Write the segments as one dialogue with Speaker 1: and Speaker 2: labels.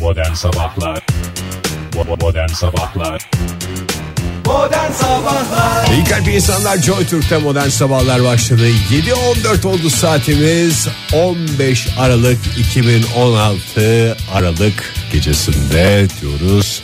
Speaker 1: Modern Sabahlar Bo- Modern Sabahlar
Speaker 2: Modern Sabahlar
Speaker 3: İyi kalp insanlar Joy Türk'te modern sabahlar başladı. 7.14 oldu saatimiz. 15 Aralık 2016 Aralık gecesinde diyoruz.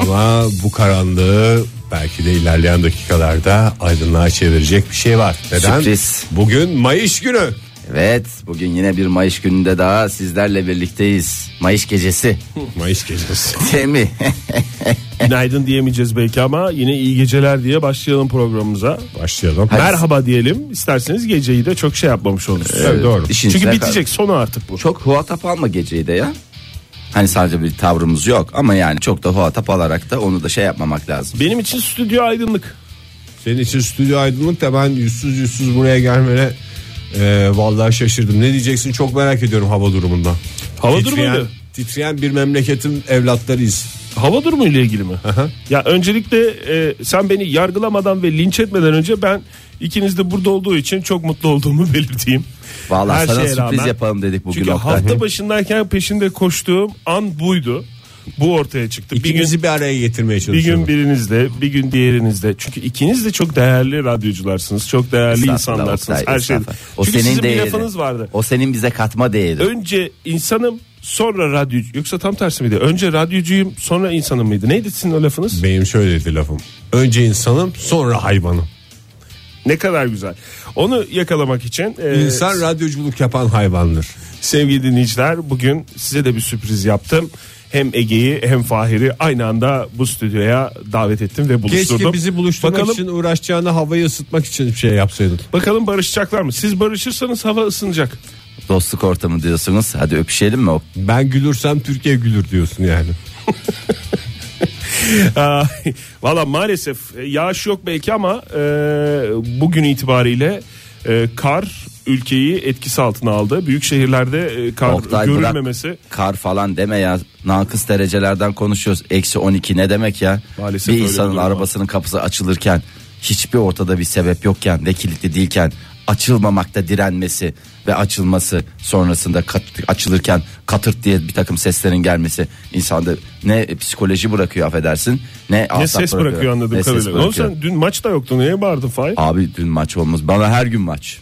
Speaker 3: Ama bu karanlığı belki de ilerleyen dakikalarda aydınlığa çevirecek bir şey var. Neden?
Speaker 2: Sürpriz.
Speaker 3: Bugün Mayıs günü.
Speaker 2: Evet bugün yine bir Mayıs gününde daha sizlerle birlikteyiz Mayıs gecesi
Speaker 3: Mayıs gecesi.
Speaker 2: değil mi?
Speaker 4: Günaydın diyemeyeceğiz belki ama yine iyi geceler diye başlayalım programımıza.
Speaker 3: Başlayalım.
Speaker 4: Merhaba diyelim. İsterseniz geceyi de çok şey yapmamış oluruz.
Speaker 3: Evet, doğru.
Speaker 2: İşin
Speaker 4: Çünkü
Speaker 2: içine
Speaker 4: bitecek sonu artık bu.
Speaker 2: kal- Çok huatap alma geceydi ya Hani sadece bir tavrımız yok ama yani çok da huatap alarak da onu da şey yapmamak lazım.
Speaker 4: Benim için stüdyo aydınlık.
Speaker 3: Senin için stüdyo aydınlık da ben yüzsüz yüzsüz buraya gelmene e, vallahi şaşırdım. Ne diyeceksin çok merak ediyorum hava durumunda.
Speaker 4: Hava
Speaker 3: Titreyen-
Speaker 4: durumuyla.
Speaker 3: Titreyen bir memleketin evlatlarıyız.
Speaker 4: Hava durumuyla ilgili mi? ya öncelikle e, sen beni yargılamadan ve linç etmeden önce ben ikiniz de burada olduğu için çok mutlu olduğumu belirteyim.
Speaker 2: Vallahi
Speaker 4: Her
Speaker 2: sana
Speaker 4: şeye
Speaker 2: sürpriz
Speaker 4: rağmen.
Speaker 2: yapalım dedik bugün
Speaker 4: Çünkü
Speaker 2: Oktay.
Speaker 4: hafta başındayken peşinde koştuğum an buydu. Bu ortaya çıktı. Bir gün
Speaker 3: İkimizi bir araya getirmeye
Speaker 4: Bir
Speaker 3: çalışıyorum.
Speaker 4: gün birinizde, bir gün diğerinizde. Çünkü ikiniz de çok değerli radyocularsınız, çok değerli
Speaker 2: Estağfurullah
Speaker 4: insanlarsınız.
Speaker 2: Oktay,
Speaker 4: Her şey.
Speaker 2: estağfurullah. O
Speaker 4: Çünkü
Speaker 2: senin
Speaker 4: sizin
Speaker 2: değeri.
Speaker 4: bir lafınız vardı.
Speaker 2: O senin bize katma değeri.
Speaker 4: Önce insanım, sonra radyocu. Yoksa tam tersi miydi? Önce radyocuyum, sonra insanım mıydı? Neydi sizin o lafınız?
Speaker 3: Benim şöyleydi lafım. Önce insanım sonra hayvanım.
Speaker 4: Ne kadar güzel. Onu yakalamak için e,
Speaker 3: İnsan radyoculuk yapan hayvandır.
Speaker 4: sevgili dinleyiciler bugün size de bir sürpriz yaptım. Hem Ege'yi hem Fahir'i aynı anda bu stüdyoya davet ettim ve buluşturdum.
Speaker 3: Keşke bizi buluşturmak
Speaker 4: Bakalım
Speaker 3: için uğraşacağını havayı ısıtmak için bir şey yapsaydın.
Speaker 4: Bakalım barışacaklar mı? Siz barışırsanız hava ısınacak.
Speaker 2: Dostluk ortamı diyorsunuz. Hadi öpüşelim mi? Oktay?
Speaker 3: Ben gülürsem Türkiye gülür diyorsun yani.
Speaker 4: Ay, Ee, Valla maalesef e, yağış yok belki ama e, bugün itibariyle e, kar ülkeyi etkisi altına aldı. Büyük şehirlerde e, kar
Speaker 2: Oktay bırak.
Speaker 4: görülmemesi
Speaker 2: Kar falan deme ya. Nakıs derecelerden konuşuyoruz. Eksi 12 ne demek ya?
Speaker 4: Maalesef
Speaker 2: bir
Speaker 4: öyle bir
Speaker 2: insanın
Speaker 4: durum var.
Speaker 2: arabasının kapısı açılırken hiçbir ortada bir sebep yokken ve kilitli değilken açılmamakta direnmesi ve açılması sonrasında kat- açılırken katırt diye bir takım seslerin gelmesi insanda ne psikoloji bırakıyor affedersin ne,
Speaker 4: ne
Speaker 2: asap
Speaker 4: ses bırakıyor, anladığım
Speaker 2: ne ses
Speaker 4: kadarıyla. Oğlum
Speaker 2: bırakıyor.
Speaker 4: sen dün maçta yoktu neye bağırdın Fahir?
Speaker 2: Abi dün maç olmaz. Bana her gün maç.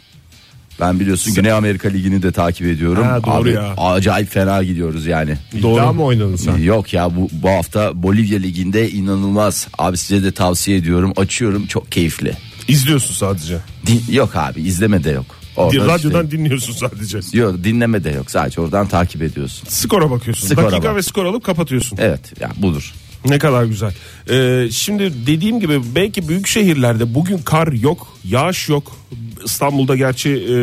Speaker 2: Ben biliyorsun Güney Amerika Ligi'ni de takip ediyorum.
Speaker 4: Ha, doğru
Speaker 2: Abi,
Speaker 4: ya.
Speaker 2: Acayip fena gidiyoruz yani.
Speaker 3: İddia mı oynadın sen?
Speaker 2: Yok ya bu, bu hafta Bolivya Ligi'nde inanılmaz. Abi size de tavsiye ediyorum. Açıyorum çok keyifli.
Speaker 4: İzliyorsun sadece.
Speaker 2: Din- yok abi izleme de yok. Orada
Speaker 4: Di-
Speaker 2: işte-
Speaker 4: Radyodan dinliyorsun sadece.
Speaker 2: Yok dinleme de yok sadece oradan takip ediyorsun.
Speaker 4: Skora bakıyorsun.
Speaker 2: Skora
Speaker 4: Dakika
Speaker 2: bak.
Speaker 4: ve skor alıp kapatıyorsun.
Speaker 2: Evet ya budur.
Speaker 4: Ne kadar güzel. Ee, şimdi dediğim gibi belki büyük şehirlerde bugün kar yok, yağış yok. İstanbul'da gerçi e,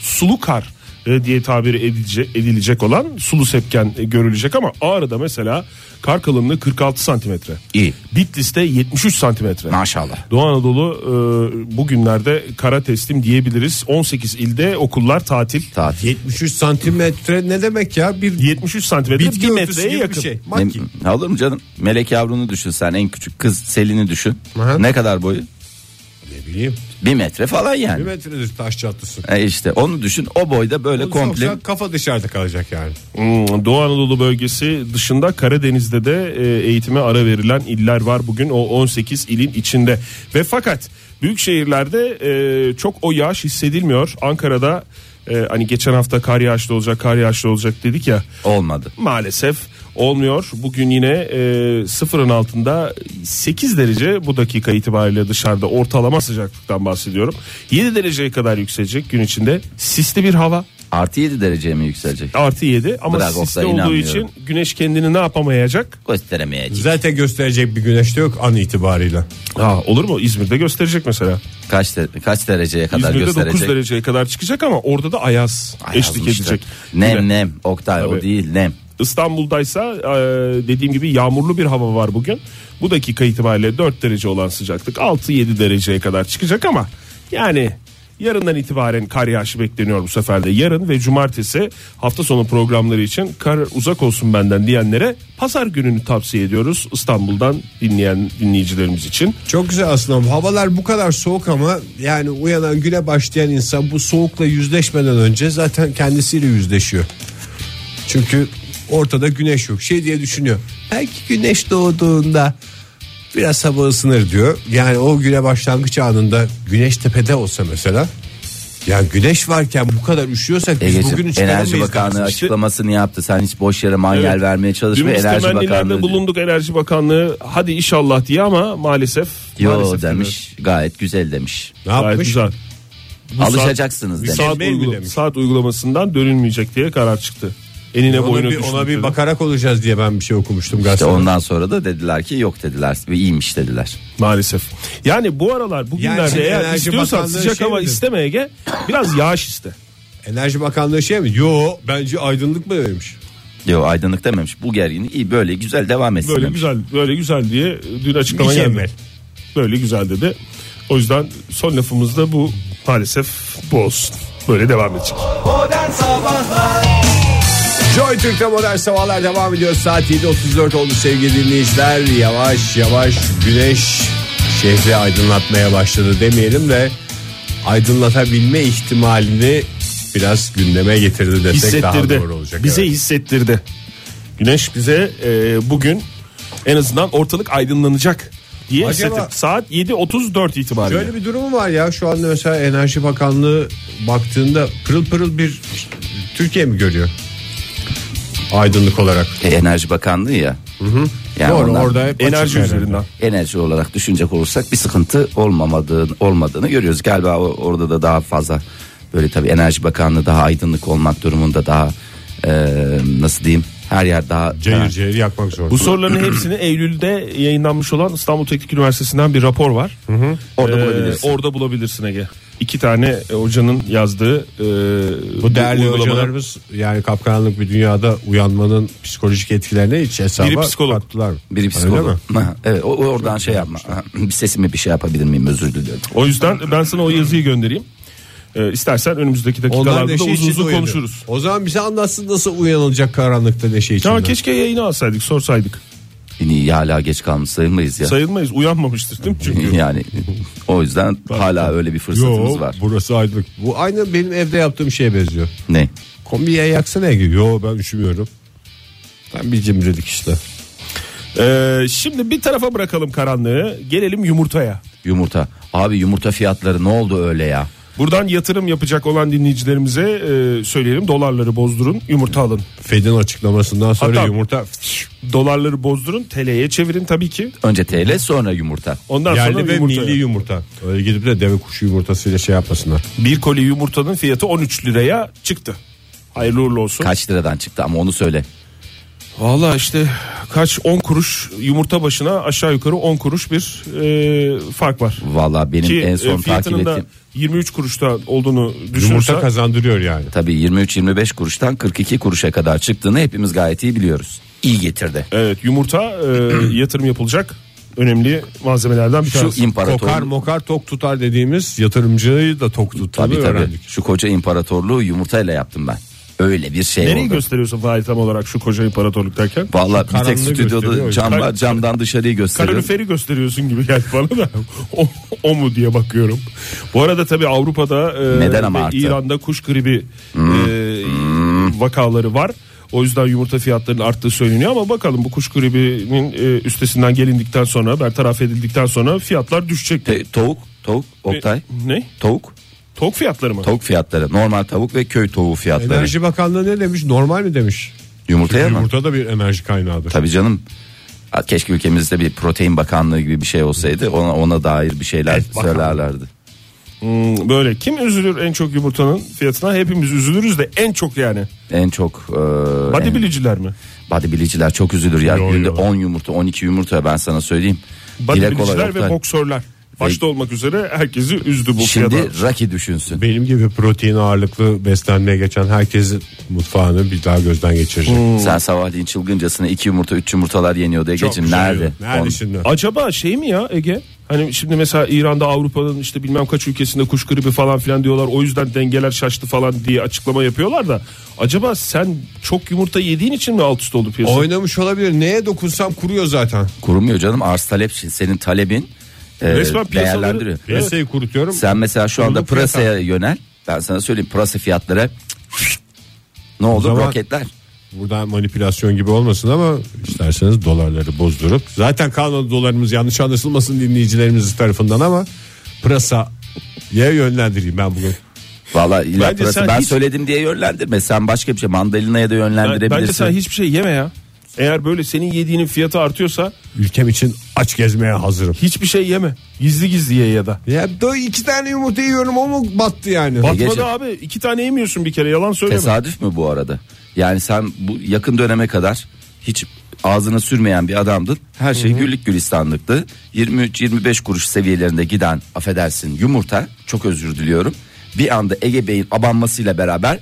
Speaker 4: sulu kar e, diye tabir edilecek, edilecek olan sulu sepken e, görülecek ama Ağrı'da mesela kar kalınlığı 46 santimetre.
Speaker 2: İyi.
Speaker 4: Bitlis'te 73 santimetre.
Speaker 2: Maşallah.
Speaker 4: Doğu Anadolu e, bugünlerde kara teslim diyebiliriz. 18 ilde okullar tatil.
Speaker 2: Tatil.
Speaker 3: 73 santimetre ne demek ya? Bir
Speaker 4: 73 santimetre
Speaker 3: bitki
Speaker 4: bir
Speaker 3: örtüsü
Speaker 4: metreye
Speaker 3: gibi
Speaker 4: yakın.
Speaker 3: bir şey.
Speaker 2: Ne,
Speaker 3: Maki.
Speaker 2: ne olur mu canım? Melek yavrunu düşün sen en küçük kız Selin'i düşün.
Speaker 3: Aha.
Speaker 2: Ne kadar boyu?
Speaker 3: Ne bileyim.
Speaker 2: Bir metre falan yani.
Speaker 3: Bir metredir taş çatlasın.
Speaker 2: E işte onu düşün o boyda böyle komple.
Speaker 3: Komple. Kafa dışarıda kalacak yani.
Speaker 4: Hmm, Doğu Anadolu bölgesi dışında Karadeniz'de de e, eğitime ara verilen iller var bugün o 18 ilin içinde ve fakat büyük şehirlerde e, çok o yağış hissedilmiyor Ankara'da e, hani geçen hafta kar yağışlı olacak kar yağışlı olacak dedik ya
Speaker 2: Olmadı.
Speaker 4: maalesef olmuyor bugün yine e, sıfırın altında 8 derece bu dakika itibariyle dışarıda ortalama sıcaklıktan bahsediyorum 7 dereceye kadar yükselecek gün içinde sisli bir hava
Speaker 2: Artı 7 dereceye mi yükselecek?
Speaker 4: artı 7 ama
Speaker 2: Bırak
Speaker 4: sisli
Speaker 2: Oktay,
Speaker 4: olduğu
Speaker 2: inanmıyorum.
Speaker 4: için güneş kendini ne yapamayacak?
Speaker 2: Gösteremeyecek.
Speaker 3: Zaten gösterecek bir güneş de yok an itibariyle.
Speaker 4: Ha, olur mu? İzmir'de gösterecek mesela.
Speaker 2: Kaç, de- kaç dereceye kadar
Speaker 4: İzmir'de 9
Speaker 2: gösterecek?
Speaker 4: dereceye kadar çıkacak ama orada da ayaz,
Speaker 2: Ayazmış
Speaker 4: eşlik
Speaker 2: da.
Speaker 4: edecek.
Speaker 2: Nem
Speaker 4: Yine
Speaker 2: nem Oktay o
Speaker 4: Tabii.
Speaker 2: değil nem.
Speaker 4: İstanbul'daysa e, dediğim gibi yağmurlu bir hava var bugün. Bu dakika itibariyle 4 derece olan sıcaklık 6-7 dereceye kadar çıkacak ama yani yarından itibaren kar yağışı bekleniyor bu sefer de. Yarın ve cumartesi hafta sonu programları için kar uzak olsun benden diyenlere pazar gününü tavsiye ediyoruz İstanbul'dan dinleyen dinleyicilerimiz için.
Speaker 3: Çok güzel aslında havalar bu kadar soğuk ama yani uyanan güne başlayan insan bu soğukla yüzleşmeden önce zaten kendisiyle yüzleşiyor. Çünkü Ortada güneş yok. Şey diye düşünüyor. Belki güneş doğduğunda biraz hava ısınır diyor. Yani o güne başlangıç anında güneş tepede olsa mesela. Yani güneş varken bu kadar üşüyorsak biz
Speaker 2: Egeciğim,
Speaker 3: bugün
Speaker 2: Enerji Bakanlığı
Speaker 4: İşte-
Speaker 2: açıklamasını yaptı. Sen hiç boş yere manyel
Speaker 4: Evet.
Speaker 2: vermeye
Speaker 4: Dün
Speaker 2: çalışma.
Speaker 4: biz
Speaker 2: Enerji
Speaker 4: temennilerde
Speaker 2: Bakanlığı
Speaker 4: bulunduk Enerji Bakanlığı hadi inşallah diye ama maalesef.
Speaker 2: Yo
Speaker 4: maalesef
Speaker 2: demiş. Gayet güzel demiş.
Speaker 3: Ne
Speaker 4: Gayet
Speaker 3: yapmış?
Speaker 4: güzel. Bu
Speaker 2: Alışacaksınız
Speaker 4: saat,
Speaker 2: demiş.
Speaker 4: Saat,
Speaker 3: Mail mi
Speaker 4: uygula-
Speaker 3: demiş?
Speaker 4: saat uygulamasından dönülmeyecek diye karar çıktı. Enine
Speaker 3: Ona
Speaker 4: boyuna
Speaker 3: bir,
Speaker 4: düştü.
Speaker 3: ona bir bakarak olacağız diye ben bir şey okumuştum
Speaker 2: İşte
Speaker 3: gazetede.
Speaker 2: ondan sonra da dediler ki yok dediler ve iyiymiş dediler.
Speaker 4: Maalesef. Yani bu aralar
Speaker 3: Yani
Speaker 4: bugünlerde
Speaker 3: şimdi
Speaker 4: eğer
Speaker 3: Enerji
Speaker 4: istiyorsan
Speaker 3: Bakanlığı
Speaker 4: sıcak
Speaker 3: şey
Speaker 4: hava
Speaker 3: mi dedi?
Speaker 4: isteme Ege biraz yağış iste.
Speaker 3: Enerji Bakanlığı şey mi? Yo bence aydınlık mı demiş.
Speaker 2: Yo aydınlık dememiş. Bu gerginlik iyi böyle güzel devam etsin.
Speaker 4: Böyle
Speaker 2: demiş.
Speaker 4: güzel böyle güzel diye dün açıklama geldi.
Speaker 3: Mükemmel.
Speaker 4: Böyle güzel dedi. O yüzden son lafımız da bu maalesef bu olsun. Böyle devam edecek.
Speaker 3: Joy Türk'te modern sabahlar devam ediyor. Saat 7.34 oldu sevgili dinleyiciler. Yavaş yavaş güneş şehri aydınlatmaya başladı demeyelim de aydınlatabilme ihtimalini biraz gündeme getirdi desek daha
Speaker 4: Hissettirdi.
Speaker 3: doğru olacak.
Speaker 4: bize
Speaker 3: evet.
Speaker 4: hissettirdi. Güneş bize e, bugün en azından ortalık aydınlanacak diye
Speaker 3: Acaba-
Speaker 4: hissettirdi. Saat 7.34 itibariyle.
Speaker 3: Şöyle bir durumu var ya şu anda mesela Enerji Bakanlığı baktığında pırıl pırıl bir Türkiye mi görüyor? Aydınlık olarak.
Speaker 2: E, Enerji Bakanlığı ya. Yani
Speaker 3: Doğru
Speaker 2: onlar-
Speaker 3: orada hep
Speaker 4: Enerji
Speaker 3: açık
Speaker 4: üzerinden.
Speaker 2: enerji olarak düşünecek olursak bir sıkıntı olmamadığını, olmadığını görüyoruz. Galiba o- orada da daha fazla böyle tabii Enerji Bakanlığı daha aydınlık olmak durumunda daha e, nasıl diyeyim her yer daha
Speaker 3: Cayır
Speaker 2: daha-
Speaker 3: cayır yakmak zorunda.
Speaker 4: Bu soruların hepsini Eylül'de yayınlanmış olan İstanbul Teknik Üniversitesi'nden bir rapor var.
Speaker 2: Orada
Speaker 4: Ee,
Speaker 2: bulabilirsin.
Speaker 4: Orada bulabilirsin Ege. İki tane e, hocanın yazdığı e,
Speaker 3: Bu değerli
Speaker 4: uygulamalar-
Speaker 3: hocalarımız yani kapkaranlık bir dünyada uyanmanın psikolojik etkilerine hiç hesaba
Speaker 4: Biri psikolog.
Speaker 3: kattılar.
Speaker 2: Biri
Speaker 3: Öyle
Speaker 2: psikolog.
Speaker 3: mi?
Speaker 2: evet o, o oradan şey yapma. bir sesime bir şey yapabilir miyim özür diliyorum.
Speaker 4: O yüzden ben sana o yazıyı göndereyim. Ee, istersen önümüzdeki
Speaker 3: Onlar
Speaker 4: dakikalarda da
Speaker 3: neşe şey
Speaker 4: uzun
Speaker 3: için
Speaker 4: uzun
Speaker 3: uyanıyor.
Speaker 4: konuşuruz.
Speaker 3: O zaman bize anlatsın nasıl uyanılacak karanlıkta neşe için.
Speaker 4: Ya keşke yayını alsaydık sorsaydık.
Speaker 2: Yine hala geç kalmış sayılmayız ya.
Speaker 4: Sayılmayız uyanmamıştır değil mi çünkü?
Speaker 2: yani o yüzden hala öyle bir fırsatımız var.
Speaker 3: burası aydınlık. Bu aynı benim evde yaptığım şeye benziyor.
Speaker 2: Ne?
Speaker 3: Kombiye yaksana gibi. Yo ben üşümüyorum. Ben bir cimrilik işte.
Speaker 4: Ee, şimdi bir tarafa bırakalım karanlığı. Gelelim yumurtaya.
Speaker 2: Yumurta. Abi yumurta fiyatları ne oldu öyle ya?
Speaker 4: Buradan yatırım yapacak olan dinleyicilerimize e, söyleyelim. Dolarları bozdurun, yumurta alın.
Speaker 3: Fed'in açıklamasından sonra
Speaker 4: Hatta-
Speaker 3: yumurta
Speaker 4: Dolarları bozdurun, TL'ye çevirin tabii ki.
Speaker 2: Önce TL sonra yumurta.
Speaker 4: Ondan
Speaker 3: yerli
Speaker 4: sonra
Speaker 3: ve
Speaker 4: yumurtaya.
Speaker 3: milli yumurta. Öyle gidip de deve kuşu yumurtasıyla şey yapmasınlar.
Speaker 4: Bir koli yumurtanın fiyatı 13 liraya çıktı. Hayırlı uğurlu olsun.
Speaker 2: Kaç liradan çıktı ama onu söyle.
Speaker 4: Valla işte kaç 10 kuruş yumurta başına aşağı yukarı 10 kuruş bir e, fark var.
Speaker 2: Vallahi benim
Speaker 4: Ki
Speaker 2: en
Speaker 4: e,
Speaker 2: son takip
Speaker 4: fiyatının da
Speaker 2: ettiğim
Speaker 4: 23 kuruşta olduğunu
Speaker 3: Yumurta
Speaker 4: düşünürsen
Speaker 3: kazandırıyor yani.
Speaker 2: tabii 23-25 kuruştan 42 kuruşa kadar çıktığını hepimiz gayet iyi biliyoruz. İyi getirdi.
Speaker 4: evet yumurta e, yatırım yapılacak önemli malzemelerden bir
Speaker 2: Şu
Speaker 4: tanesi.
Speaker 3: Kokar
Speaker 2: imparatorluk
Speaker 3: mokar tok tutar dediğimiz yatırımcıyı da tok tuttuğunu
Speaker 2: tabii tabii
Speaker 3: öğrendik.
Speaker 2: şu koca imparatorluğu yumurtayla yaptım ben. Öyle bir şey
Speaker 4: Nereyi
Speaker 2: oldu.
Speaker 4: gösteriyorsun Fahir tam olarak şu koca imparatorluk derken?
Speaker 2: Vallahi bir tek
Speaker 3: Karanlığı gösteriyor
Speaker 2: stüdyoda
Speaker 3: ya.
Speaker 2: cam var
Speaker 4: Kar-
Speaker 2: camdan dışarıyı gösteriyor.
Speaker 4: Kaloriferi gösteriyorsun gibi geldi bana da o, o mu diye bakıyorum. Bu arada tabii Avrupa'da e,
Speaker 2: Neden ama
Speaker 4: ve
Speaker 2: arttı? Hmm.
Speaker 4: İran'da kuş gribi e, vakaları var. O yüzden yumurta fiyatlarının arttığı söyleniyor ama bakalım bu kuş gribinin e, üstesinden gelindikten sonra bertaraf edildikten sonra fiyatlar düşecek.
Speaker 2: Te- tavuk, tavuk, Oktay.
Speaker 4: Ne?
Speaker 2: Tavuk,
Speaker 4: Tok fiyatları mı?
Speaker 2: tavuk fiyatları. Normal tavuk ve köy tavuğu fiyatları.
Speaker 3: Enerji Bakanlığı ne demiş? Normal mi demiş?
Speaker 2: Yumurtaya mı?
Speaker 3: Yumurta da bir enerji kaynağıdır.
Speaker 2: Tabii canım. Ha, Keşke ülkemizde bir protein bakanlığı gibi bir şey olsaydı. Ona ona dair bir şeyler söylerlerdi.
Speaker 4: Hmm, böyle kim üzülür en çok yumurtanın fiyatına? Hepimiz üzülürüz de en çok yani.
Speaker 2: En çok e, en-
Speaker 4: Bodybiliciler mi?
Speaker 2: bodybuilder'lar çok üzülür ya.
Speaker 3: Yo,
Speaker 2: Günde
Speaker 3: yo.
Speaker 2: 10 yumurta, 12 yumurta ben sana söyleyeyim. Direkt
Speaker 4: Bodybiliciler
Speaker 2: olarak
Speaker 4: ve
Speaker 2: da-
Speaker 4: boksörler. Başta olmak üzere herkesi üzdü bu fiyatlar.
Speaker 2: Şimdi Raki düşünsün.
Speaker 3: Benim gibi protein ağırlıklı beslenmeye geçen herkesin mutfağını bir daha gözden geçirecek.
Speaker 2: Sen sabahleyin çılgıncasına 2 yumurta, 3 yumurtalar yeniyor diye
Speaker 3: Çok
Speaker 2: geçin.
Speaker 3: güzel
Speaker 2: Nerede?
Speaker 3: yiyor. Nerede
Speaker 2: On-
Speaker 3: şimdi?
Speaker 4: Acaba şey mi ya Ege? Hani şimdi mesela İran'da Avrupa'nın işte bilmem kaç ülkesinde kuş gribi falan filan diyorlar. O yüzden dengeler şaştı falan diye açıklama yapıyorlar da. Acaba sen çok yumurta yediğin için mi alt üst oldu piyasa?
Speaker 3: Oynamış olabilir. Neye dokunsam kuruyor zaten.
Speaker 2: Kurumuyor canım. Arz talep için. Senin talebin e,
Speaker 4: Resmen piyasaları-
Speaker 2: değerlendiriyor.
Speaker 3: Piyasayı kurutuyorum.
Speaker 2: Sen mesela şu anda
Speaker 3: Kurulu fiyat
Speaker 2: pırasaya yönel. Ben sana söyleyeyim pırasa fiyatları ne oldu
Speaker 3: zaman-
Speaker 2: roketler.
Speaker 3: Buradan manipülasyon gibi olmasın ama isterseniz dolarları bozdurup zaten kanun dolarımız yanlış anlaşılmasın dinleyicilerimiz tarafından ama pırasaya yönlendireyim ben bugün.
Speaker 2: Valla illa
Speaker 4: Bence
Speaker 2: burası
Speaker 4: sen
Speaker 2: ben
Speaker 4: hiç-
Speaker 2: söyledim diye yönlendirme. Sen başka bir şey mandalinaya da
Speaker 4: Ben-
Speaker 2: yönlendirebilirsin.
Speaker 4: Bence sen hiçbir şey yeme ya. Eğer böyle senin yediğinin fiyatı artıyorsa
Speaker 3: Ülkem için aç gezmeye hazırım.
Speaker 4: hiçbir şey yeme. Gizli gizli ye ya da.
Speaker 3: Ya da iki tane yumurta yiyorum ama battı yani.
Speaker 2: Bak- Geçen-
Speaker 4: Batmadı abi iki tane yemiyorsun bir kere yalan söyleme.
Speaker 2: Tesadüf mü bu arada? Yani sen bu yakın döneme kadar hiç ağzına sürmeyen bir adamdın. Her şey güllük gülistanlıktı. 23-25 kuruş seviyelerinde giden affedersin yumurta çok özür diliyorum. Bir anda Ege Bey'in abanmasıyla beraber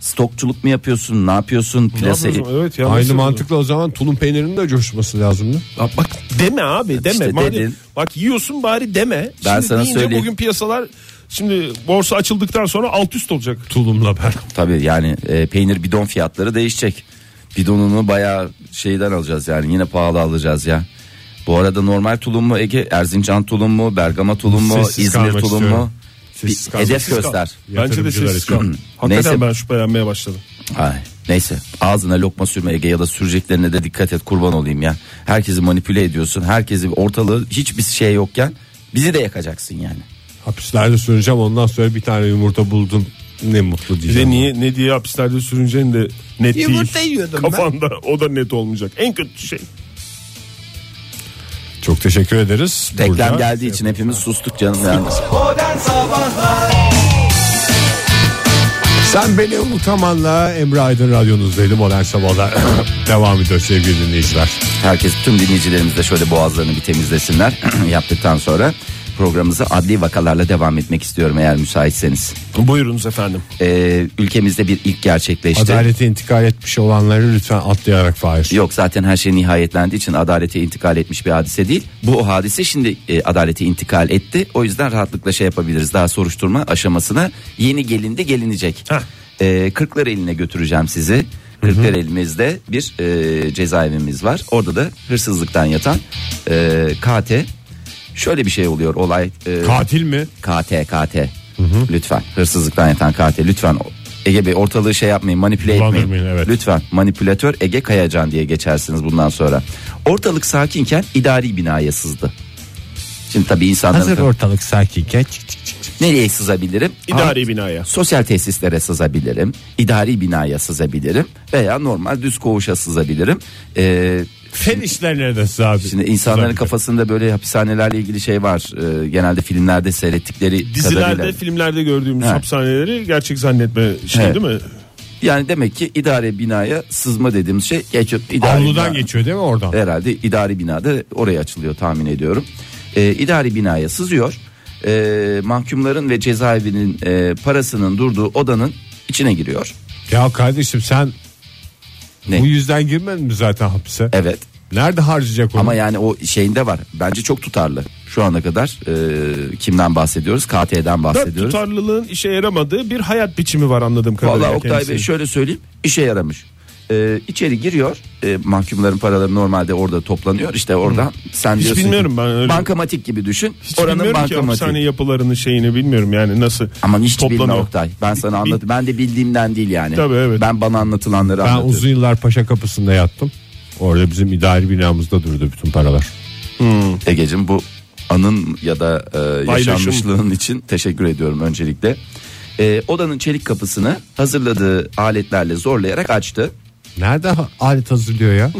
Speaker 2: stokçuluk mu yapıyorsun ne yapıyorsun
Speaker 4: Ne
Speaker 2: plase
Speaker 4: yapıyorsun? Evet, yanlış
Speaker 3: Aynı
Speaker 4: söyledin.
Speaker 3: mantıkla o zaman tulum peynirinin de coşması lazımdı.
Speaker 4: Ya Bak deme abi deme.
Speaker 2: İşte
Speaker 4: Madem-
Speaker 2: dedin.
Speaker 4: Bak yiyorsun bari deme.
Speaker 2: Ben
Speaker 4: şimdi
Speaker 2: sana
Speaker 4: deyince
Speaker 2: söyleyeyim.
Speaker 4: bugün piyasalar şimdi borsa açıldıktan sonra alt üst olacak.
Speaker 3: Tulumla beraber.
Speaker 2: Tabii yani e, peynir bidon fiyatları değişecek. Bidonunu bayağı şeyden alacağız yani yine pahalı alacağız ya. Bu arada normal tulum mu Ege, Erzincan tulum mu, Bergama tulum mu,
Speaker 3: Sessiz
Speaker 2: İzmir
Speaker 3: kalmak
Speaker 2: tulum
Speaker 3: istiyorum.
Speaker 2: mu?
Speaker 3: Sessiz
Speaker 2: Bir
Speaker 3: kalmak
Speaker 2: hedef
Speaker 3: istiyorum.
Speaker 2: göster.
Speaker 4: Bence de
Speaker 3: Yatırımcılar
Speaker 4: sessiz
Speaker 3: için.
Speaker 4: kal. Hakikaten
Speaker 2: Neyse.
Speaker 4: ben şüphelenmeye başladım.
Speaker 2: Ay, neyse ağzına lokma sürme Ege ya da süreceklerine de dikkat et kurban olayım ya. Herkesi manipüle ediyorsun. Herkesi ortalığı hiçbir şey yokken bizi de yakacaksın yani.
Speaker 3: Hapislerde süreceğim ondan sonra bir tane yumurta buldum. Ne mutlu
Speaker 4: Bir de
Speaker 3: diyeceğim.
Speaker 4: niye ne diye hapislerde sürüneceğin de net değil.
Speaker 3: Yumurta yiyordum ben.
Speaker 4: Kafanda o da net olmayacak. En kötü şey.
Speaker 3: Çok teşekkür ederiz.
Speaker 2: Reklam
Speaker 3: Burada-
Speaker 2: geldiği için hepimiz sustuk canım yani.
Speaker 3: Sen beni unutamanla Emre Aydın radyonuzdaydı modern sabahlar. Devam ediyor sevgili dinleyiciler.
Speaker 2: Herkes tüm dinleyicilerimiz de şöyle boğazlarını bir temizlesinler yaptıktan sonra programımıza adli vakalarla devam etmek istiyorum eğer müsaitseniz.
Speaker 4: Buyurunuz efendim.
Speaker 2: Ee, ülkemizde bir ilk gerçekleşti.
Speaker 3: Adalete intikal etmiş olanları lütfen atlayarak faiz.
Speaker 2: Yok zaten her şey nihayetlendiği için adalete intikal etmiş bir hadise değil. Bu o hadise şimdi e, adalete intikal etti. O yüzden rahatlıkla şey yapabiliriz. Daha soruşturma aşamasına yeni gelindi gelinecek.
Speaker 4: Heh.
Speaker 2: E, kırklar eline götüreceğim sizi. Kırklar elimizde bir e, cezaevimiz var. Orada da hırsızlıktan yatan e, KT. Şöyle bir şey oluyor olay. e,
Speaker 3: Katil mi?
Speaker 2: KT KT. Lütfen hırsızlıktan yatan KT lütfen Ege Bey ortalığı şey yapmayın manipüle etmeyin.
Speaker 3: Bulandırmayın, evet.
Speaker 2: Lütfen manipülatör Ege Kayacan diye geçersiniz bundan sonra. Ortalık sakinken idari binaya sızdı. Şimdi tabii insanların
Speaker 3: ortalık sakinken çık çık çık. çık.
Speaker 2: nereye sızabilirim?
Speaker 4: İdari
Speaker 2: Ha,
Speaker 4: binaya.
Speaker 2: Sosyal tesislere sızabilirim, idari binaya sızabilirim veya normal düz koğuşa sızabilirim. Ee,
Speaker 3: Fen işlerine de sızabilir.
Speaker 2: Şimdi insanların
Speaker 3: Sızabilir.
Speaker 2: kafasında böyle hapishanelerle ilgili şey var. Ee, genelde filmlerde seyrettikleri
Speaker 4: Dizilerde,
Speaker 2: kadarıyla.
Speaker 4: filmlerde gördüğümüz
Speaker 2: Ha.
Speaker 4: hapishaneleri gerçek zannetme şey
Speaker 2: Evet.
Speaker 4: değil mi?
Speaker 2: Yani demek ki idare binaya sızma dediğimiz şey geçip idare
Speaker 3: Avludan
Speaker 2: bina-
Speaker 3: geçiyor değil mi oradan?
Speaker 2: Herhalde idari binada oraya açılıyor tahmin ediyorum. Ee, idari binaya sızıyor. Ee, mahkumların ve cezaevinin e, parasının durduğu odanın içine giriyor.
Speaker 3: Ya kardeşim sen
Speaker 2: Ne?
Speaker 3: bu yüzden girmedin mi zaten hapise?
Speaker 2: Evet.
Speaker 3: Nerede harcayacak onu?
Speaker 2: Ama yani o şeyinde var. Bence çok tutarlı. Şu ana kadar e, kimden bahsediyoruz? KT'den
Speaker 4: Dört
Speaker 2: bahsediyoruz.
Speaker 4: tutarlılığın işe yaramadığı bir hayat biçimi var anladığım kadarıyla.
Speaker 2: Vallahi Oktay
Speaker 4: kendisinin.
Speaker 2: Bey şöyle söyleyeyim işe yaramış. Ee, içeri giriyor Ee, mahkumların paraları normalde orada toplanıyor işte orada sen
Speaker 4: Hiç
Speaker 2: diyorsun
Speaker 4: bilmiyorum
Speaker 2: ki,
Speaker 4: ben öyle-
Speaker 2: bankamatik gibi düşün
Speaker 4: Hiç
Speaker 2: oranın
Speaker 4: bilmiyorum ki hapishane
Speaker 2: bankamatiği
Speaker 4: yapılarını şeyini bilmiyorum yani nasıl
Speaker 2: aman hiç bilme
Speaker 4: toplanıyor.
Speaker 2: Oktay ben sana
Speaker 4: Bil-
Speaker 2: anlat ben de bildiğimden değil yani
Speaker 4: Tabii, evet.
Speaker 2: ben bana anlatılanları
Speaker 3: ben
Speaker 2: anlatıyorum
Speaker 3: uzun yıllar Paşa Kapısı'nda yattım. Orada bizim idari binamızda durdu bütün paralar.
Speaker 2: Egeciğim bu anın ya da e, yaşanmışlığın için teşekkür ediyorum öncelikle Ee, odanın çelik kapısını hazırladığı aletlerle zorlayarak açtı
Speaker 3: Nerede ha- alet hazırlıyor ya?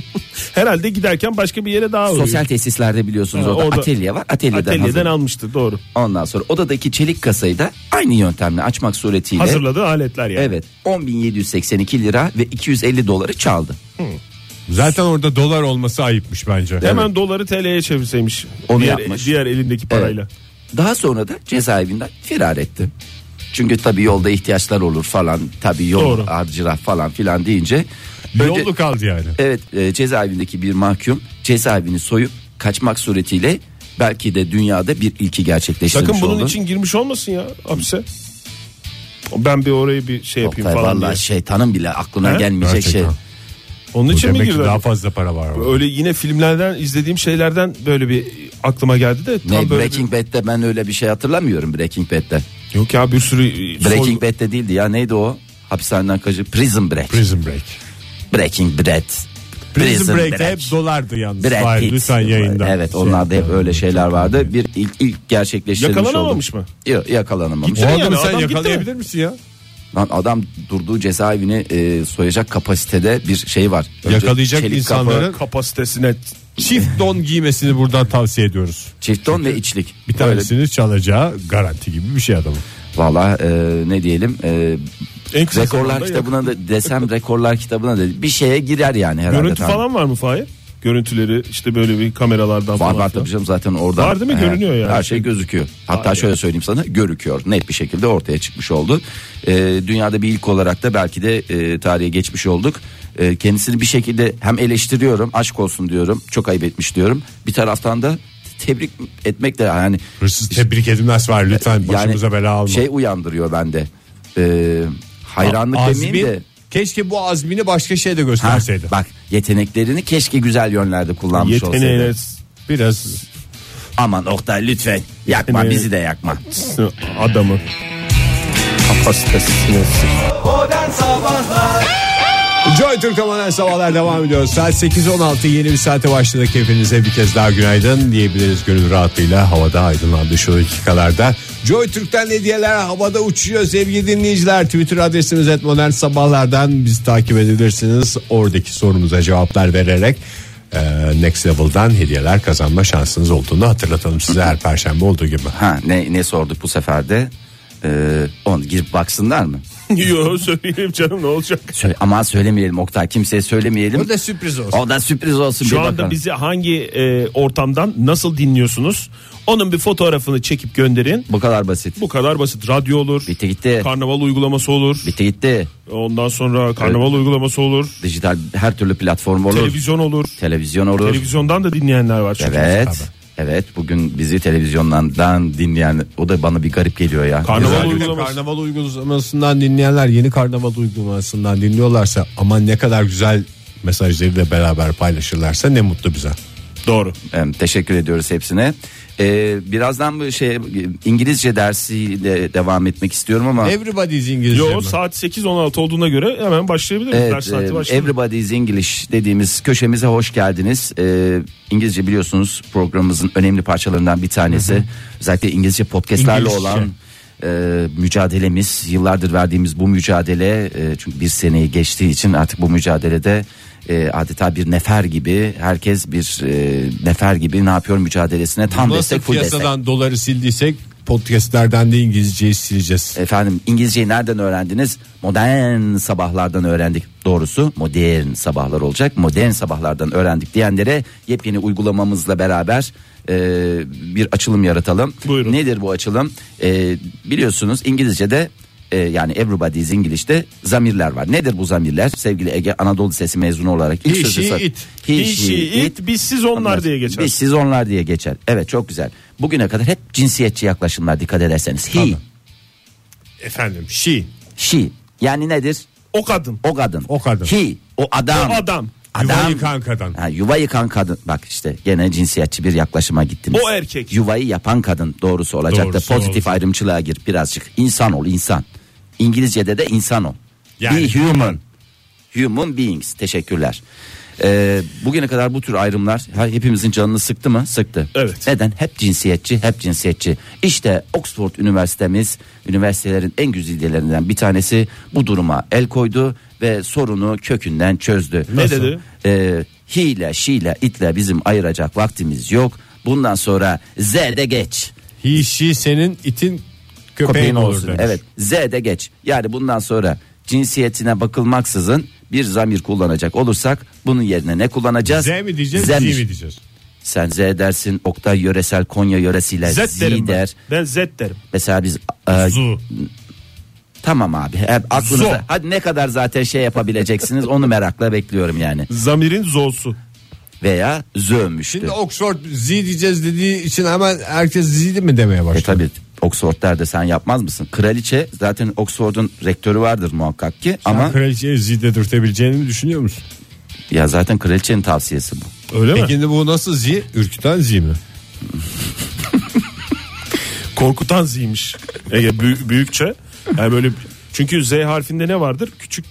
Speaker 4: Herhalde giderken başka bir yere daha uğruyor.
Speaker 2: sosyal tesislerde biliyorsunuz
Speaker 4: Ha,
Speaker 2: orada,
Speaker 4: orada-
Speaker 2: atelye var atelyeden, hazırladı.
Speaker 4: Atelyeden almıştı doğru.
Speaker 2: Ondan sonra odadaki çelik kasayı da aynı yöntemle açmak suretiyle
Speaker 4: Hazırladığı aletler yani.
Speaker 2: evet 10.782 lira ve 250 doları çaldı.
Speaker 3: Zaten orada dolar olması ayıpmış bence.
Speaker 4: Hemen doları TL'ye çevirseymiş.
Speaker 2: Onu
Speaker 4: diğer,
Speaker 2: yapmış.
Speaker 4: Diğer elindeki
Speaker 2: Evet.
Speaker 4: parayla.
Speaker 2: Daha sonra da cezaevinden firar etti. Çünkü tabii yolda ihtiyaçlar olur falan tabii yol
Speaker 4: Doğru.
Speaker 2: harcırah falan filan deyince önce-
Speaker 3: Yollu kaldı yani.
Speaker 2: Evet e, cezaevindeki bir mahkum cezaevini soyup kaçmak suretiyle belki de dünyada bir ilki gerçekleştirmiş
Speaker 4: Sakın bunun
Speaker 2: oldu.
Speaker 4: için girmiş olmasın ya hapse. Ben bir orayı bir şey yapayım
Speaker 2: Oktay,
Speaker 4: falan diye.
Speaker 2: vallahi şeytanın bile aklına
Speaker 4: He?
Speaker 2: gelmeyecek
Speaker 3: Gerçekten.
Speaker 2: şey.
Speaker 4: Onun
Speaker 3: Bu
Speaker 4: için mi
Speaker 3: demek ki
Speaker 4: girdi?
Speaker 3: daha fazla para var. orada.
Speaker 4: Öyle yine filmlerden izlediğim şeylerden böyle bir aklıma geldi de tam
Speaker 2: Ne,
Speaker 4: böyle
Speaker 2: Breaking Bad'de ben öyle bir şey hatırlamıyorum Breaking Bad'de.
Speaker 4: bir, yok ya bir sürü e, soy-
Speaker 2: Breaking Bad'de değildi ya neydi o? Hapishaneden kaçıp prison break.
Speaker 3: Prison Break.
Speaker 2: Breaking bread.
Speaker 3: Prison, Break'te hep dolardı yalnız.
Speaker 2: Brad
Speaker 3: Hayır,
Speaker 2: Pitt.
Speaker 3: lütfen yayında.
Speaker 2: Evet
Speaker 3: Şey
Speaker 2: onlarda hep
Speaker 3: yapmayalım.
Speaker 2: öyle şeyler vardı. Bir ilk, ilk gerçekleştirilmiş
Speaker 4: Yakalanamamış
Speaker 2: oldu.
Speaker 4: mı?
Speaker 2: Yok yakalanamamış.
Speaker 4: Gitti.
Speaker 3: O
Speaker 4: Yani
Speaker 3: adamı
Speaker 4: adam
Speaker 3: sen
Speaker 4: gitti
Speaker 3: yakalayabilir misin ya?
Speaker 2: Lan adam durduğu cezaevini e, soyacak kapasitede bir şey var. Önce
Speaker 3: Yakalayacak
Speaker 2: çelik
Speaker 3: insanların
Speaker 2: kafa,
Speaker 4: Kapasitesine
Speaker 3: çift don giymesini buradan tavsiye ediyoruz.
Speaker 2: çift don ve içlik.
Speaker 3: Bir tanesini çalacağı garanti gibi bir şey adamın.
Speaker 2: Valla e, ne diyelim e,
Speaker 4: En kısa
Speaker 2: rekorlar
Speaker 4: zamanda
Speaker 2: kitabına da desem rekorlar kitabına da bir şeye girer yani herhalde.
Speaker 4: görüntü
Speaker 2: tamam.
Speaker 4: falan var mı Fahir? Görüntüleri işte böyle bir kameralardan
Speaker 2: Var
Speaker 4: falan.
Speaker 2: var
Speaker 4: filan.
Speaker 2: tabii canım zaten orada.
Speaker 4: Var değil mi?
Speaker 2: He,
Speaker 4: Görünüyor yani.
Speaker 2: Her şey gözüküyor. Hatta
Speaker 4: Vay
Speaker 2: şöyle söyleyeyim sana görüküyor. Net bir şekilde ortaya çıkmış oldu. Ee, dünyada bir ilk olarak da belki de e, tarihe geçmiş olduk. Ee, kendisini bir şekilde hem eleştiriyorum aşk olsun diyorum. Çok ayıp etmiş diyorum. Bir taraftan da tebrik etmek de yani.
Speaker 3: Hırsız tebrik edilmez var lütfen başımıza
Speaker 2: yani
Speaker 3: bela alma.
Speaker 2: Şey uyandırıyor bende. Ee, hayranlık demeyeyim de.
Speaker 3: Keşke bu azmini başka şeyde
Speaker 2: Ha,
Speaker 3: gösterseydi.
Speaker 2: bak yeteneklerini keşke güzel yönlerde kullanmış
Speaker 4: Yeteneğine
Speaker 2: olsaydı.
Speaker 3: Biraz
Speaker 2: Aman Oktay lütfen yakma
Speaker 4: Yeteneğine-
Speaker 2: bizi de yakma.
Speaker 4: adamı kapasitesine
Speaker 3: Joy Türk'te modern sabahlar devam ediyor. Saat 8.16 yeni bir saate başladık. Hepinize bir kez daha günaydın diyebiliriz gönül rahatlığıyla. Havada aydınlandı şu dakikalarda. Joy Türk'ten hediyeler havada uçuyor sevgili dinleyiciler. Twitter adresimiz et modern sabahlardan bizi takip edebilirsiniz. Oradaki sorumuza cevaplar vererek e, Next Level'dan hediyeler kazanma şansınız olduğunu hatırlatalım size her perşembe olduğu gibi.
Speaker 2: Ha ne ne sorduk bu sefer de? Ee, on girip baksınlar mı?
Speaker 4: Yo söyleyeyim canım ne olacak?
Speaker 2: Söyle, ama söylemeyelim Oktay kimseye söylemeyelim. O da,
Speaker 3: sürpriz olsun.
Speaker 2: sürpriz olsun bir
Speaker 4: Şu anda
Speaker 2: bakalım.
Speaker 4: bizi hangi e, ortamdan nasıl dinliyorsunuz? Onun bir fotoğrafını çekip gönderin.
Speaker 2: Bu kadar basit.
Speaker 4: Bu kadar basit. Radyo olur.
Speaker 2: Bitti gitti.
Speaker 4: Karnaval uygulaması olur.
Speaker 2: Bitti gitti.
Speaker 4: Ondan sonra karnaval uygulaması olur.
Speaker 2: Dijital her türlü platform olur. Televizyon,
Speaker 4: Televizyon olur.
Speaker 2: olur.
Speaker 4: Televizyondan da dinleyenler var. çünkü.
Speaker 2: evet. Evet bugün bizi televizyondan dinleyen o da bana bir garip geliyor ya.
Speaker 4: Karnaval
Speaker 2: Güzel.
Speaker 4: uygulaması.
Speaker 3: Karnaval uygulamasından dinleyenler yeni karnaval uygulamasından dinliyorlarsa aman ne kadar güzel mesajları da beraber paylaşırlarsa ne mutlu bize.
Speaker 4: Doğru.
Speaker 2: Em, Teşekkür ediyoruz hepsine. Ee, birazdan bu şey İngilizce dersiyle devam etmek istiyorum ama
Speaker 3: Everybody's İngilizce
Speaker 4: Yo
Speaker 3: mi?
Speaker 4: saat 8.16 olduğuna göre hemen başlayabiliriz. Ders
Speaker 2: Evet,
Speaker 4: saati
Speaker 2: e,
Speaker 4: başladı.
Speaker 2: Everybody's English dediğimiz köşemize hoş geldiniz. E, İngilizce biliyorsunuz programımızın önemli parçalarından bir tanesi. Özellikle İngilizce podcastlerle
Speaker 3: İngilizce.
Speaker 2: olan e, mücadelemiz, yıllardır verdiğimiz bu mücadele e, çünkü bir seneyi geçtiği için artık bu mücadelede e, adeta bir nefer gibi herkes bir e, nefer gibi ne yapıyor mücadelesine tam
Speaker 3: Nasıl
Speaker 2: destek full destek.
Speaker 3: piyasadan doları sildiysek podcastlerden de İngilizceyi sileceğiz.
Speaker 2: Efendim İngilizceyi nereden öğrendiniz? Modern sabahlardan öğrendik. Doğrusu modern sabahlar olacak. Modern sabahlardan öğrendik diyenlere yepyeni uygulamamızla beraber e, bir açılım yaratalım.
Speaker 4: Buyurun.
Speaker 2: Nedir bu açılım? E, biliyorsunuz İngilizce'de e, yani Everybody's English'te zamirler var. Nedir bu zamirler? Sevgili Ege Anadolu Sesi mezunu olarak ilk
Speaker 3: He,
Speaker 2: sözü
Speaker 3: she,
Speaker 2: sa-
Speaker 3: it.
Speaker 2: He,
Speaker 4: He,
Speaker 2: she,
Speaker 4: she,
Speaker 2: it.
Speaker 4: it, biz, siz, onlar diye geçer.
Speaker 2: Biz, siz, onlar diye geçer. Evet çok güzel. Bugüne kadar hep cinsiyetçi yaklaşımlar dikkat ederseniz. He,
Speaker 3: Efendim she
Speaker 2: she yani nedir?
Speaker 4: O kadın.
Speaker 2: O kadın.
Speaker 3: O kadın.
Speaker 2: He, o adam.
Speaker 4: O adam.
Speaker 3: Yuva yıkan kadın.
Speaker 2: Ha, yuva yıkan kadın. Bak işte gene cinsiyetçi bir yaklaşıma gittiniz.
Speaker 4: O erkek.
Speaker 2: Yuvayı yapan kadın doğrusu olacaktı.
Speaker 3: Doğrusu
Speaker 2: Pozitif
Speaker 3: olacak.
Speaker 2: ayrımcılığa gir birazcık. İnsan ol insan. İngilizce'de de insan ol.
Speaker 3: Yani-
Speaker 2: Be human. Human beings. Teşekkürler. Ee, bugüne kadar bu tür ayrımlar ha, hepimizin canını sıktı mı? Sıktı.
Speaker 4: Evet.
Speaker 2: Neden? Hep cinsiyetçi, hep cinsiyetçi. İşte Oxford Üniversitemiz, üniversitelerin en güzidelerinden bir tanesi bu duruma el koydu ve sorunu kökünden çözdü.
Speaker 4: Ne Nasıl? dedi?
Speaker 2: Ee, hile, şile, itle bizim ayıracak vaktimiz yok. Bundan sonra Z de geç.
Speaker 3: he she senin itin köpeğin,
Speaker 2: Köpeğin
Speaker 3: olur
Speaker 2: olsun.
Speaker 3: demiş.
Speaker 2: Evet. Z de geç. Yani bundan sonra cinsiyetine bakılmaksızın bir zamir kullanacak olursak bunun yerine ne kullanacağız?
Speaker 3: Z mi diyeceğiz Z mi
Speaker 2: Zemir.
Speaker 3: diyeceğiz?
Speaker 2: Sen Z dersin. Oktay yöresel Konya yöresiyle Z,
Speaker 4: Z derim ben.
Speaker 2: der.
Speaker 4: Ben Z derim.
Speaker 2: Mesela biz e,
Speaker 3: Zu.
Speaker 2: tamam abi. Hep aklınıza.
Speaker 4: Zo.
Speaker 2: Hadi ne kadar zaten şey yapabileceksiniz onu merakla bekliyorum yani.
Speaker 4: Zamirin zosu.
Speaker 2: Veya zövmüştü.
Speaker 3: Şimdi Oxford Z diyeceğiz dediği için hemen herkes Z mi demeye
Speaker 2: E
Speaker 3: başladı.
Speaker 2: tabi Oxford'larda sen yapmaz mısın? Kraliçe zaten Oxford'un rektörü vardır muhakkak ki ama
Speaker 3: Ama kraliçeye Z dedirtebileceğini mi düşünüyor musun?
Speaker 2: ya zaten kraliçenin tavsiyesi bu.
Speaker 4: Öyle mi?
Speaker 3: Peki de bu nasıl Z? Ürküten Z mi?
Speaker 4: Korkutan ziymiş. Ege bü- büyükçe. Yani böyle Çünkü Z harfinde ne vardır? Küçük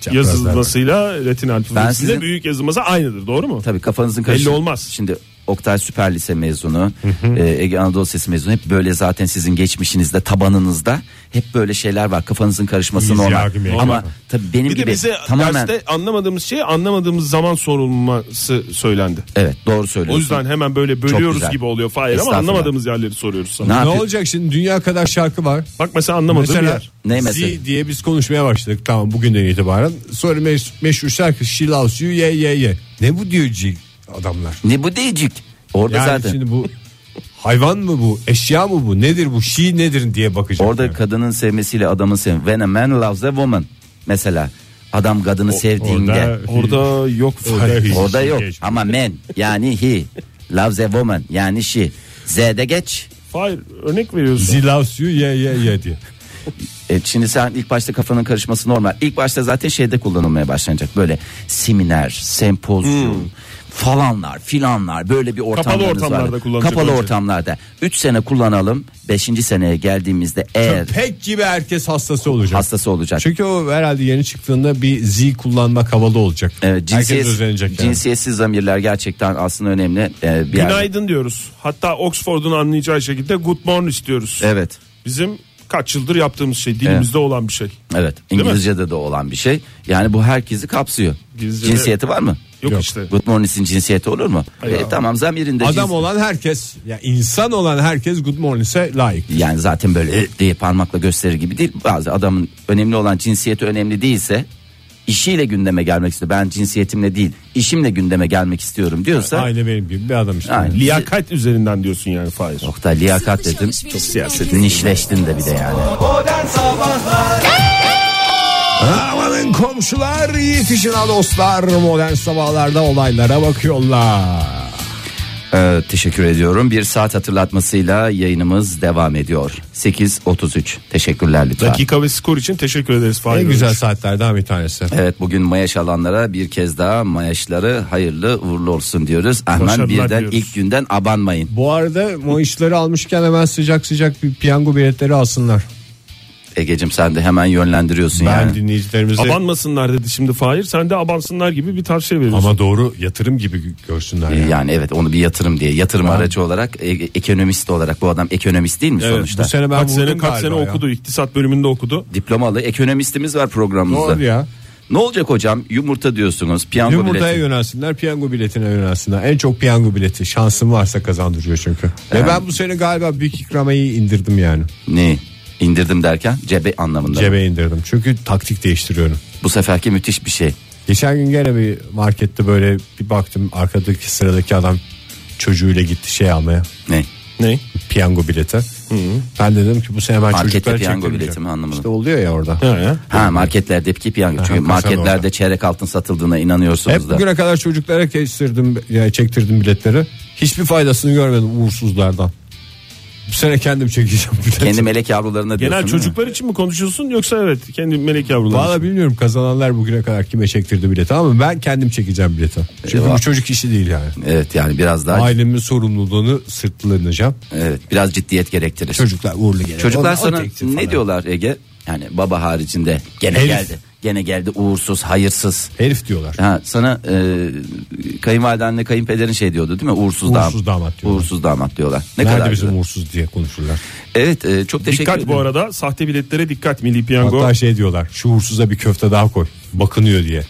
Speaker 3: Çaprazlar
Speaker 4: yazılmasıyla Latin alfabesinde
Speaker 2: sizin-
Speaker 4: büyük yazılması aynıdır doğru mu?
Speaker 2: Tabii kafanızın karışık.
Speaker 4: Belli olmaz.
Speaker 2: Şimdi Oktay Süper Lise mezunu, e, Ege Anadolu Sesi mezunu hep böyle zaten sizin geçmişinizde, tabanınızda hep böyle şeyler var. Kafanızın karışması
Speaker 3: İyiyiz ya,
Speaker 2: normal.
Speaker 3: Agim ya.
Speaker 2: Ama tabii benim
Speaker 4: Bir de
Speaker 2: gibi
Speaker 4: bize
Speaker 2: tamamen
Speaker 4: derste anlamadığımız şeyi anlamadığımız zaman sorulması söylendi.
Speaker 2: evet doğru
Speaker 4: O
Speaker 2: söylüyorsun.
Speaker 4: yüzden hemen böyle
Speaker 2: güzel.
Speaker 4: bölüyoruz gibi oluyor Fahir ama
Speaker 2: Estağfurullah.
Speaker 4: anlamadığımız yerleri soruyoruz sana.
Speaker 2: Ne
Speaker 3: Ne
Speaker 2: yapıyor?
Speaker 3: olacak şimdi dünya kadar şarkı var.
Speaker 4: Bak mesela anlamadığım
Speaker 3: Mesela,
Speaker 4: yer.
Speaker 2: Ne mesela?
Speaker 3: Z diye biz konuşmaya başladık tamam bugünden itibaren. Sonra meş- meşhur şarkı She Loves You Ye Ye Ye. Ne bu diyecek adamlar?
Speaker 2: Ne bu diyecek? Orada
Speaker 3: Yani
Speaker 2: zaten.
Speaker 3: şimdi bu hayvan mı bu? Eşya mı bu? Nedir bu? She nedir diye bakacak.
Speaker 2: Orada
Speaker 3: yani.
Speaker 2: kadının sevmesiyle adamın sevmesi. When a man loves a woman. Mesela adam kadını sevdiğinde.
Speaker 3: orada-
Speaker 2: Orada,
Speaker 4: Orada yok Fahir.
Speaker 3: hiç şey
Speaker 2: yok.
Speaker 3: geçmiyor.
Speaker 2: Ama men yani he loves a woman yani she. Z'de geç.
Speaker 4: Fahir örnek veriyorsun.
Speaker 3: She loves you ye ye ye diye.
Speaker 2: E, şimdi sen ilk başta kafanın karışması normal. İlk başta zaten şeyde kullanılmaya başlanacak. Böyle seminer, sempozyum falanlar filanlar böyle bir ortamlarınız
Speaker 4: ortamlarda
Speaker 2: var.
Speaker 4: kullanacak
Speaker 2: Kapalı
Speaker 4: önce.
Speaker 2: ortamlarda. 3 sene kullanalım. 5. seneye geldiğimizde eğer
Speaker 3: Pek gibi herkes hastası olacak.
Speaker 2: hastası olacak.
Speaker 3: Çünkü o herhalde yeni çıktığında bir Z kullanmak havalı olacak.
Speaker 2: Evet, cinsiyet,
Speaker 3: herkes özenecek yani.
Speaker 2: E, cinsiyetsiz zamirler gerçekten aslında önemli. Ee, bir yerde-
Speaker 4: Günaydın diyoruz. Hatta Oxford'un anlayacağı şekilde good morning istiyoruz.
Speaker 2: Evet.
Speaker 4: Bizim kaç yıldır yaptığımız şey dilimizde olan bir şey.
Speaker 2: Evet.
Speaker 4: mi?
Speaker 2: İngilizce'de de olan bir şey. Yani bu herkesi kapsıyor.
Speaker 4: İngilizce'de-
Speaker 2: Cinsiyeti var mı?
Speaker 4: Yok,
Speaker 3: Yok.
Speaker 4: işte.
Speaker 2: Good morning'in cinsiyeti olur mu? E, tamam zamirinde cins-
Speaker 3: Adam olan herkes, ya insan olan herkes Good Morning'e layık.
Speaker 2: yani zaten böyle "Hı" diye parmakla gösterir gibi değil. Bazı adamın önemli olan cinsiyeti önemli değilse işiyle gündeme gelmek istiyor. Ben cinsiyetimle değil, işimle gündeme gelmek istiyorum diyorsa
Speaker 3: Aynı benim gibi bir adam işte.
Speaker 2: Aynen.
Speaker 4: Liyakat üzerinden diyorsun yani Fahir.
Speaker 2: Oktay oh liyakat dedim.
Speaker 5: Çok siyaset.
Speaker 2: Nişleştin de bir de yani.
Speaker 3: Amanın komşular yetişin ha dostlar modern sabahlarda olaylara bakıyorlar.
Speaker 2: Ee, teşekkür ediyorum. Bir saat hatırlatmasıyla yayınımız devam ediyor. 8.33. Teşekkürler lütfen.
Speaker 4: Dakika ve skor için teşekkür ederiz Fahir.
Speaker 3: En güzel saatlerden bir tanesi.
Speaker 2: Evet bugün mayaş alanlara bir kez daha mayaşları hayırlı uğurlu olsun diyoruz. Hemen
Speaker 4: Başarılar
Speaker 2: birden
Speaker 4: diliyoruz.
Speaker 2: ilk günden abanmayın.
Speaker 3: Bu arada Mayışları almışken hemen sıcak sıcak bir piyango biletleri alsınlar.
Speaker 2: Egecim sen de hemen yönlendiriyorsun
Speaker 3: Ben
Speaker 2: yani.
Speaker 3: dinleyicilerimize
Speaker 4: Abanmasınlar dedi şimdi Fahir. Sen de abansınlar gibi bir tavsiye veriyorsun.
Speaker 3: ama doğru yatırım gibi görsünler. Yani.
Speaker 2: Ee, Yani evet onu bir yatırım diye yatırım aracı olarak e- ekonomist olarak bu adam ekonomist değil mi
Speaker 4: Evet,
Speaker 2: sonuçta?
Speaker 3: Bu sene ben
Speaker 4: kaç sene
Speaker 3: vurdum
Speaker 4: kaç sene
Speaker 3: galiba ya.
Speaker 4: okudu iktisat bölümünde okudu.
Speaker 2: Diplomalı ekonomistimiz var programımızda.
Speaker 3: Doğru ya.
Speaker 2: Ne olacak hocam? Yumurta diyorsunuz, piyango
Speaker 3: Yumurtaya
Speaker 2: bileti.
Speaker 3: yönelsinler, piyango biletine yönelsinler. En çok piyango bileti. Şansım varsa kazandırıyor çünkü. Ve ben bu sene galiba büyük ikramiyeyi indirdim yani.
Speaker 2: Ne? İndirdim derken cebe anlamında.
Speaker 3: Cebe indirdim. Çünkü taktik değiştiriyorum.
Speaker 2: Bu seferki müthiş bir şey.
Speaker 3: Geçen gün gene bir markette böyle bir baktım arkadaki sıradaki adam çocuğuyla gitti şey almaya.
Speaker 2: Ne?
Speaker 4: Ne?
Speaker 3: Piyango bileti. Ben de dedim ki bu sene ben
Speaker 2: Markette
Speaker 3: çocuklara
Speaker 2: piyango
Speaker 3: çektirmeyeceğim.
Speaker 2: bileti mi anlamadım.
Speaker 3: İşte oluyor ya orada.
Speaker 2: Ha marketlerdeki piyango. Çünkü
Speaker 3: kasa
Speaker 2: marketlerde
Speaker 3: orada.
Speaker 2: çeyrek altın satıldığına inanıyorsunuz
Speaker 3: Hep
Speaker 2: da.
Speaker 3: bugüne kadar çocuklara kestirdim, yani çektirdim biletleri. Hiçbir faydasını görmedim uğursuzlardan. Bu sene kendim çekeceğim bileti.
Speaker 2: Kendi melek yavrularına diyorsun.
Speaker 4: Genel
Speaker 2: değil mi?
Speaker 4: çocuklar için mi konuşuyorsun yoksa evet kendi melek yavruları için.
Speaker 3: Valla bilmiyorum kazananlar bugüne kadar kime çektirdi bileti ama ben kendim çekeceğim bileti. Çünkü
Speaker 2: Eyvah.
Speaker 3: bu çocuk işi değil yani.
Speaker 2: Evet yani biraz daha
Speaker 3: Ailemin sorumluluğunu sırtlanacağım.
Speaker 2: evet biraz ciddiyet gerektirir.
Speaker 3: Çocuklar uğurlu gelir.
Speaker 2: Ee, Çocuklar
Speaker 3: Onlar- o
Speaker 2: sana
Speaker 3: çekti falan.
Speaker 2: ne diyorlar Ege? Yani baba haricinde gene
Speaker 3: Herif.
Speaker 2: geldi. Gene geldi uğursuz, hayırsız.
Speaker 3: Herif diyorlar.
Speaker 2: Ha sana e, kayınvalidenle kayınpederin şey diyordu değil mi? Uğursuz,
Speaker 3: Uğursuz damat diyorlar.
Speaker 2: Uğursuz damat diyorlar. Ne
Speaker 3: Nerede
Speaker 2: kadar
Speaker 3: bizim
Speaker 2: güzel.
Speaker 3: uğursuz diye konuşurlar.
Speaker 2: Evet e, çok teşekkür
Speaker 4: Dikkat
Speaker 2: ederim.
Speaker 4: bu arada sahte biletlere dikkat milli piyango.
Speaker 3: Hatta şey diyorlar şuursuza bir köfte daha koy. Bakınıyor diye.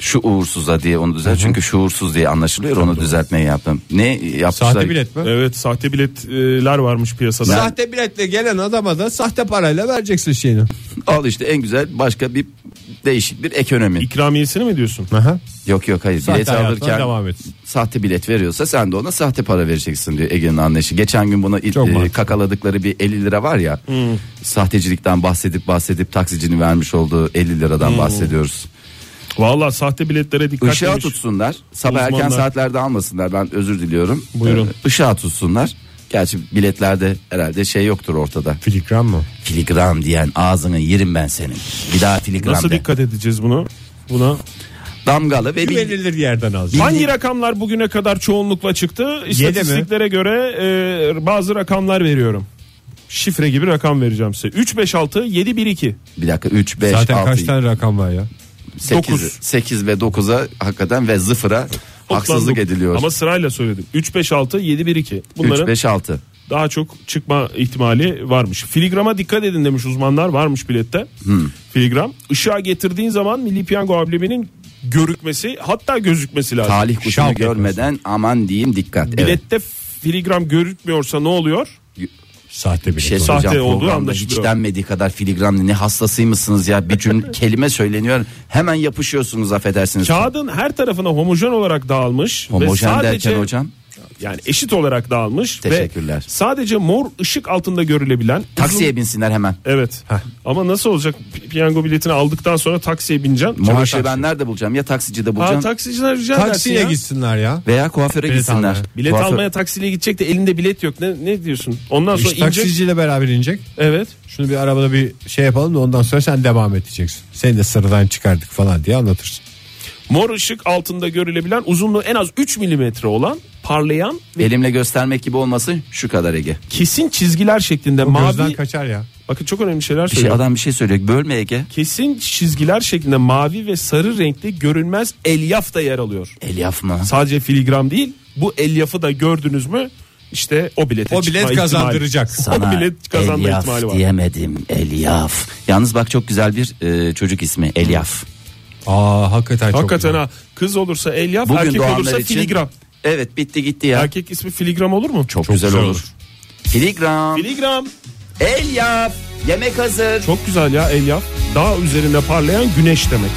Speaker 2: Şu uğursuza diye onu düzelt. Çünkü şuursuz diye anlaşılıyor. onu düzeltmeyi yaptım. Ne yapmışlar?
Speaker 3: Sahte bilet mi?
Speaker 4: Evet sahte biletler varmış piyasada.
Speaker 3: Sahte biletle gelen adama da sahte parayla vereceksin şeyini.
Speaker 2: Al işte en güzel başka bir değişik bir ekonomi.
Speaker 4: İkramiyesini mi diyorsun?
Speaker 3: Aha.
Speaker 2: Yok yok hayır
Speaker 3: Sahte
Speaker 2: bilet
Speaker 3: hayatına
Speaker 2: alırken
Speaker 3: devam etsin.
Speaker 2: sahte bilet veriyorsa sen de ona sahte para vereceksin diyor Ege'nin anlayışı. Geçen gün buna ilk,
Speaker 3: Çok
Speaker 2: e,
Speaker 3: mantıklı.
Speaker 2: kakaladıkları bir 50 lira var ya
Speaker 4: Hmm.
Speaker 2: sahtecilikten bahsedip bahsedip taksicinin vermiş olduğu 50 liradan
Speaker 4: Hmm.
Speaker 2: bahsediyoruz.
Speaker 4: Valla sahte biletlere dikkat
Speaker 2: Işığa
Speaker 4: demiş.
Speaker 2: tutsunlar sabah
Speaker 4: Uzmanlar.
Speaker 2: erken saatlerde almasınlar ben özür diliyorum.
Speaker 4: Buyurun.
Speaker 2: Ee, Işığa tutsunlar. Gerçi biletlerde herhalde şey yoktur ortada.
Speaker 3: Filigran mı?
Speaker 2: Filigran diyen ağzını yerim ben senin. Bir daha filigran
Speaker 4: Nasıl
Speaker 2: de.
Speaker 4: dikkat edeceğiz bunu? Buna
Speaker 2: Damgalı ve bil-
Speaker 3: Güvenilir yerden alacaksın.
Speaker 4: hangi rakamlar bugüne kadar çoğunlukla çıktı? İstatistiklere göre e, bazı rakamlar veriyorum. şifre gibi rakam vereceğim size. 3 5 6 7 1 2.
Speaker 2: Bir dakika 3, 5,
Speaker 3: Zaten
Speaker 2: 6,
Speaker 3: kaç tane rakam var ya?
Speaker 2: 8,
Speaker 4: dokuz.
Speaker 2: 8 ve 9'a hakikaten ve sıfıra haksızlık
Speaker 4: Toplandık.
Speaker 2: ediliyor.
Speaker 4: Ama sırayla söyledim. 3 5 6 7 1 2.
Speaker 2: 3,
Speaker 4: Bunların
Speaker 2: 5, 6.
Speaker 4: daha çok çıkma ihtimali varmış. Filigrama dikkat edin demiş uzmanlar varmış bilette.
Speaker 2: Hmm.
Speaker 4: Filigram ışığa getirdiğin zaman milli piyango ambleminin görükmesi hatta gözükmesi lazım.
Speaker 2: Talih kuşunu
Speaker 3: Şal
Speaker 2: görmeden aman diyeyim dikkat. Evet.
Speaker 4: Bilette filigram görükmüyorsa ne oluyor?
Speaker 3: Sahte bir
Speaker 2: Bir şey
Speaker 3: rakam.
Speaker 2: soracağım
Speaker 4: Sahte olduğu
Speaker 2: programda hiç
Speaker 4: anlaşılıyor.
Speaker 2: denmediği kadar filigranlı ne hastasıymışsınız ya bir cümle kelime söyleniyor hemen yapışıyorsunuz affedersiniz.
Speaker 4: Kağıdın her tarafına homojen olarak dağılmış ve
Speaker 2: Homojen
Speaker 4: sadece
Speaker 2: derken hocam
Speaker 4: yani eşit olarak dağılmış ve
Speaker 2: Teşekkürler.
Speaker 4: sadece mor ışık altında görülebilen uzun-
Speaker 2: taksiye binsinler hemen.
Speaker 4: Evet. Ama nasıl olacak? P- Piyango biletini aldıktan sonra taksiye bineceksin.
Speaker 2: Mor
Speaker 4: Çok-
Speaker 2: ışığı ben nerede bulacağım ya taksicide
Speaker 4: Aa,
Speaker 2: bulacağım
Speaker 4: taksiciler rica edersin
Speaker 3: Taksiye
Speaker 4: ya.
Speaker 3: gitsinler ya.
Speaker 2: veya kuaföre
Speaker 3: Bilet
Speaker 2: gitsinler.
Speaker 3: almaya.
Speaker 4: Bilet
Speaker 2: Kuaför-
Speaker 4: almaya taksiyle gidecek de elinde bilet yok. Ne, ne diyorsun? Ondan sonra
Speaker 3: İşte
Speaker 4: inecek.
Speaker 3: taksiciyle beraber inecek.
Speaker 4: Evet.
Speaker 3: Şunu bir arabada bir şey yapalım da ondan sonra sen devam edeceksin. Seni de sıradan çıkardık falan diye anlatırsın.
Speaker 4: Mor ışık altında görülebilen uzunluğu en az 3 milimetre olan parlayan ve
Speaker 2: Elimle göstermek gibi olmasın şu kadar Ege.
Speaker 4: kesin çizgiler şeklinde
Speaker 3: Gözden
Speaker 4: mavi.
Speaker 3: kaçar ya.
Speaker 4: Bakın çok önemli şeyler
Speaker 2: Bir şey
Speaker 4: söylüyor.
Speaker 2: adam bir şey söylüyor. Bölme Ege.
Speaker 4: Kesin çizgiler şeklinde mavi ve sarı renkte görünmez elyaf da yer alıyor.
Speaker 2: Elyaf mı?
Speaker 4: Sadece filigram değil bu elyafı da gördünüz mü işte o bilete
Speaker 3: O
Speaker 4: çıkma
Speaker 3: bilet
Speaker 4: ihtimali.
Speaker 3: kazandıracak.
Speaker 2: Sana
Speaker 4: o bilet kazanma
Speaker 2: Elyaf
Speaker 4: ihtimali var.
Speaker 2: diyemedim Elyaf. Yalnız bak çok güzel bir e, çocuk ismi Elyaf.
Speaker 3: Aa hakikaten çok
Speaker 4: Hakikaten
Speaker 3: güzel.
Speaker 4: ha kız olursa elyaf
Speaker 2: Bugün
Speaker 4: erkek
Speaker 2: doğanlar
Speaker 4: olursa
Speaker 2: için-
Speaker 4: filigram.
Speaker 2: Evet bitti gitti ya.
Speaker 4: Erkek ismi filigram olur mu?
Speaker 2: çok, güzel, olur. Filigram.
Speaker 4: Filigram.
Speaker 2: Elyaf. Yemek hazır.
Speaker 4: Çok güzel ya elyaf. Dağ üzerinde parlayan güneş demek.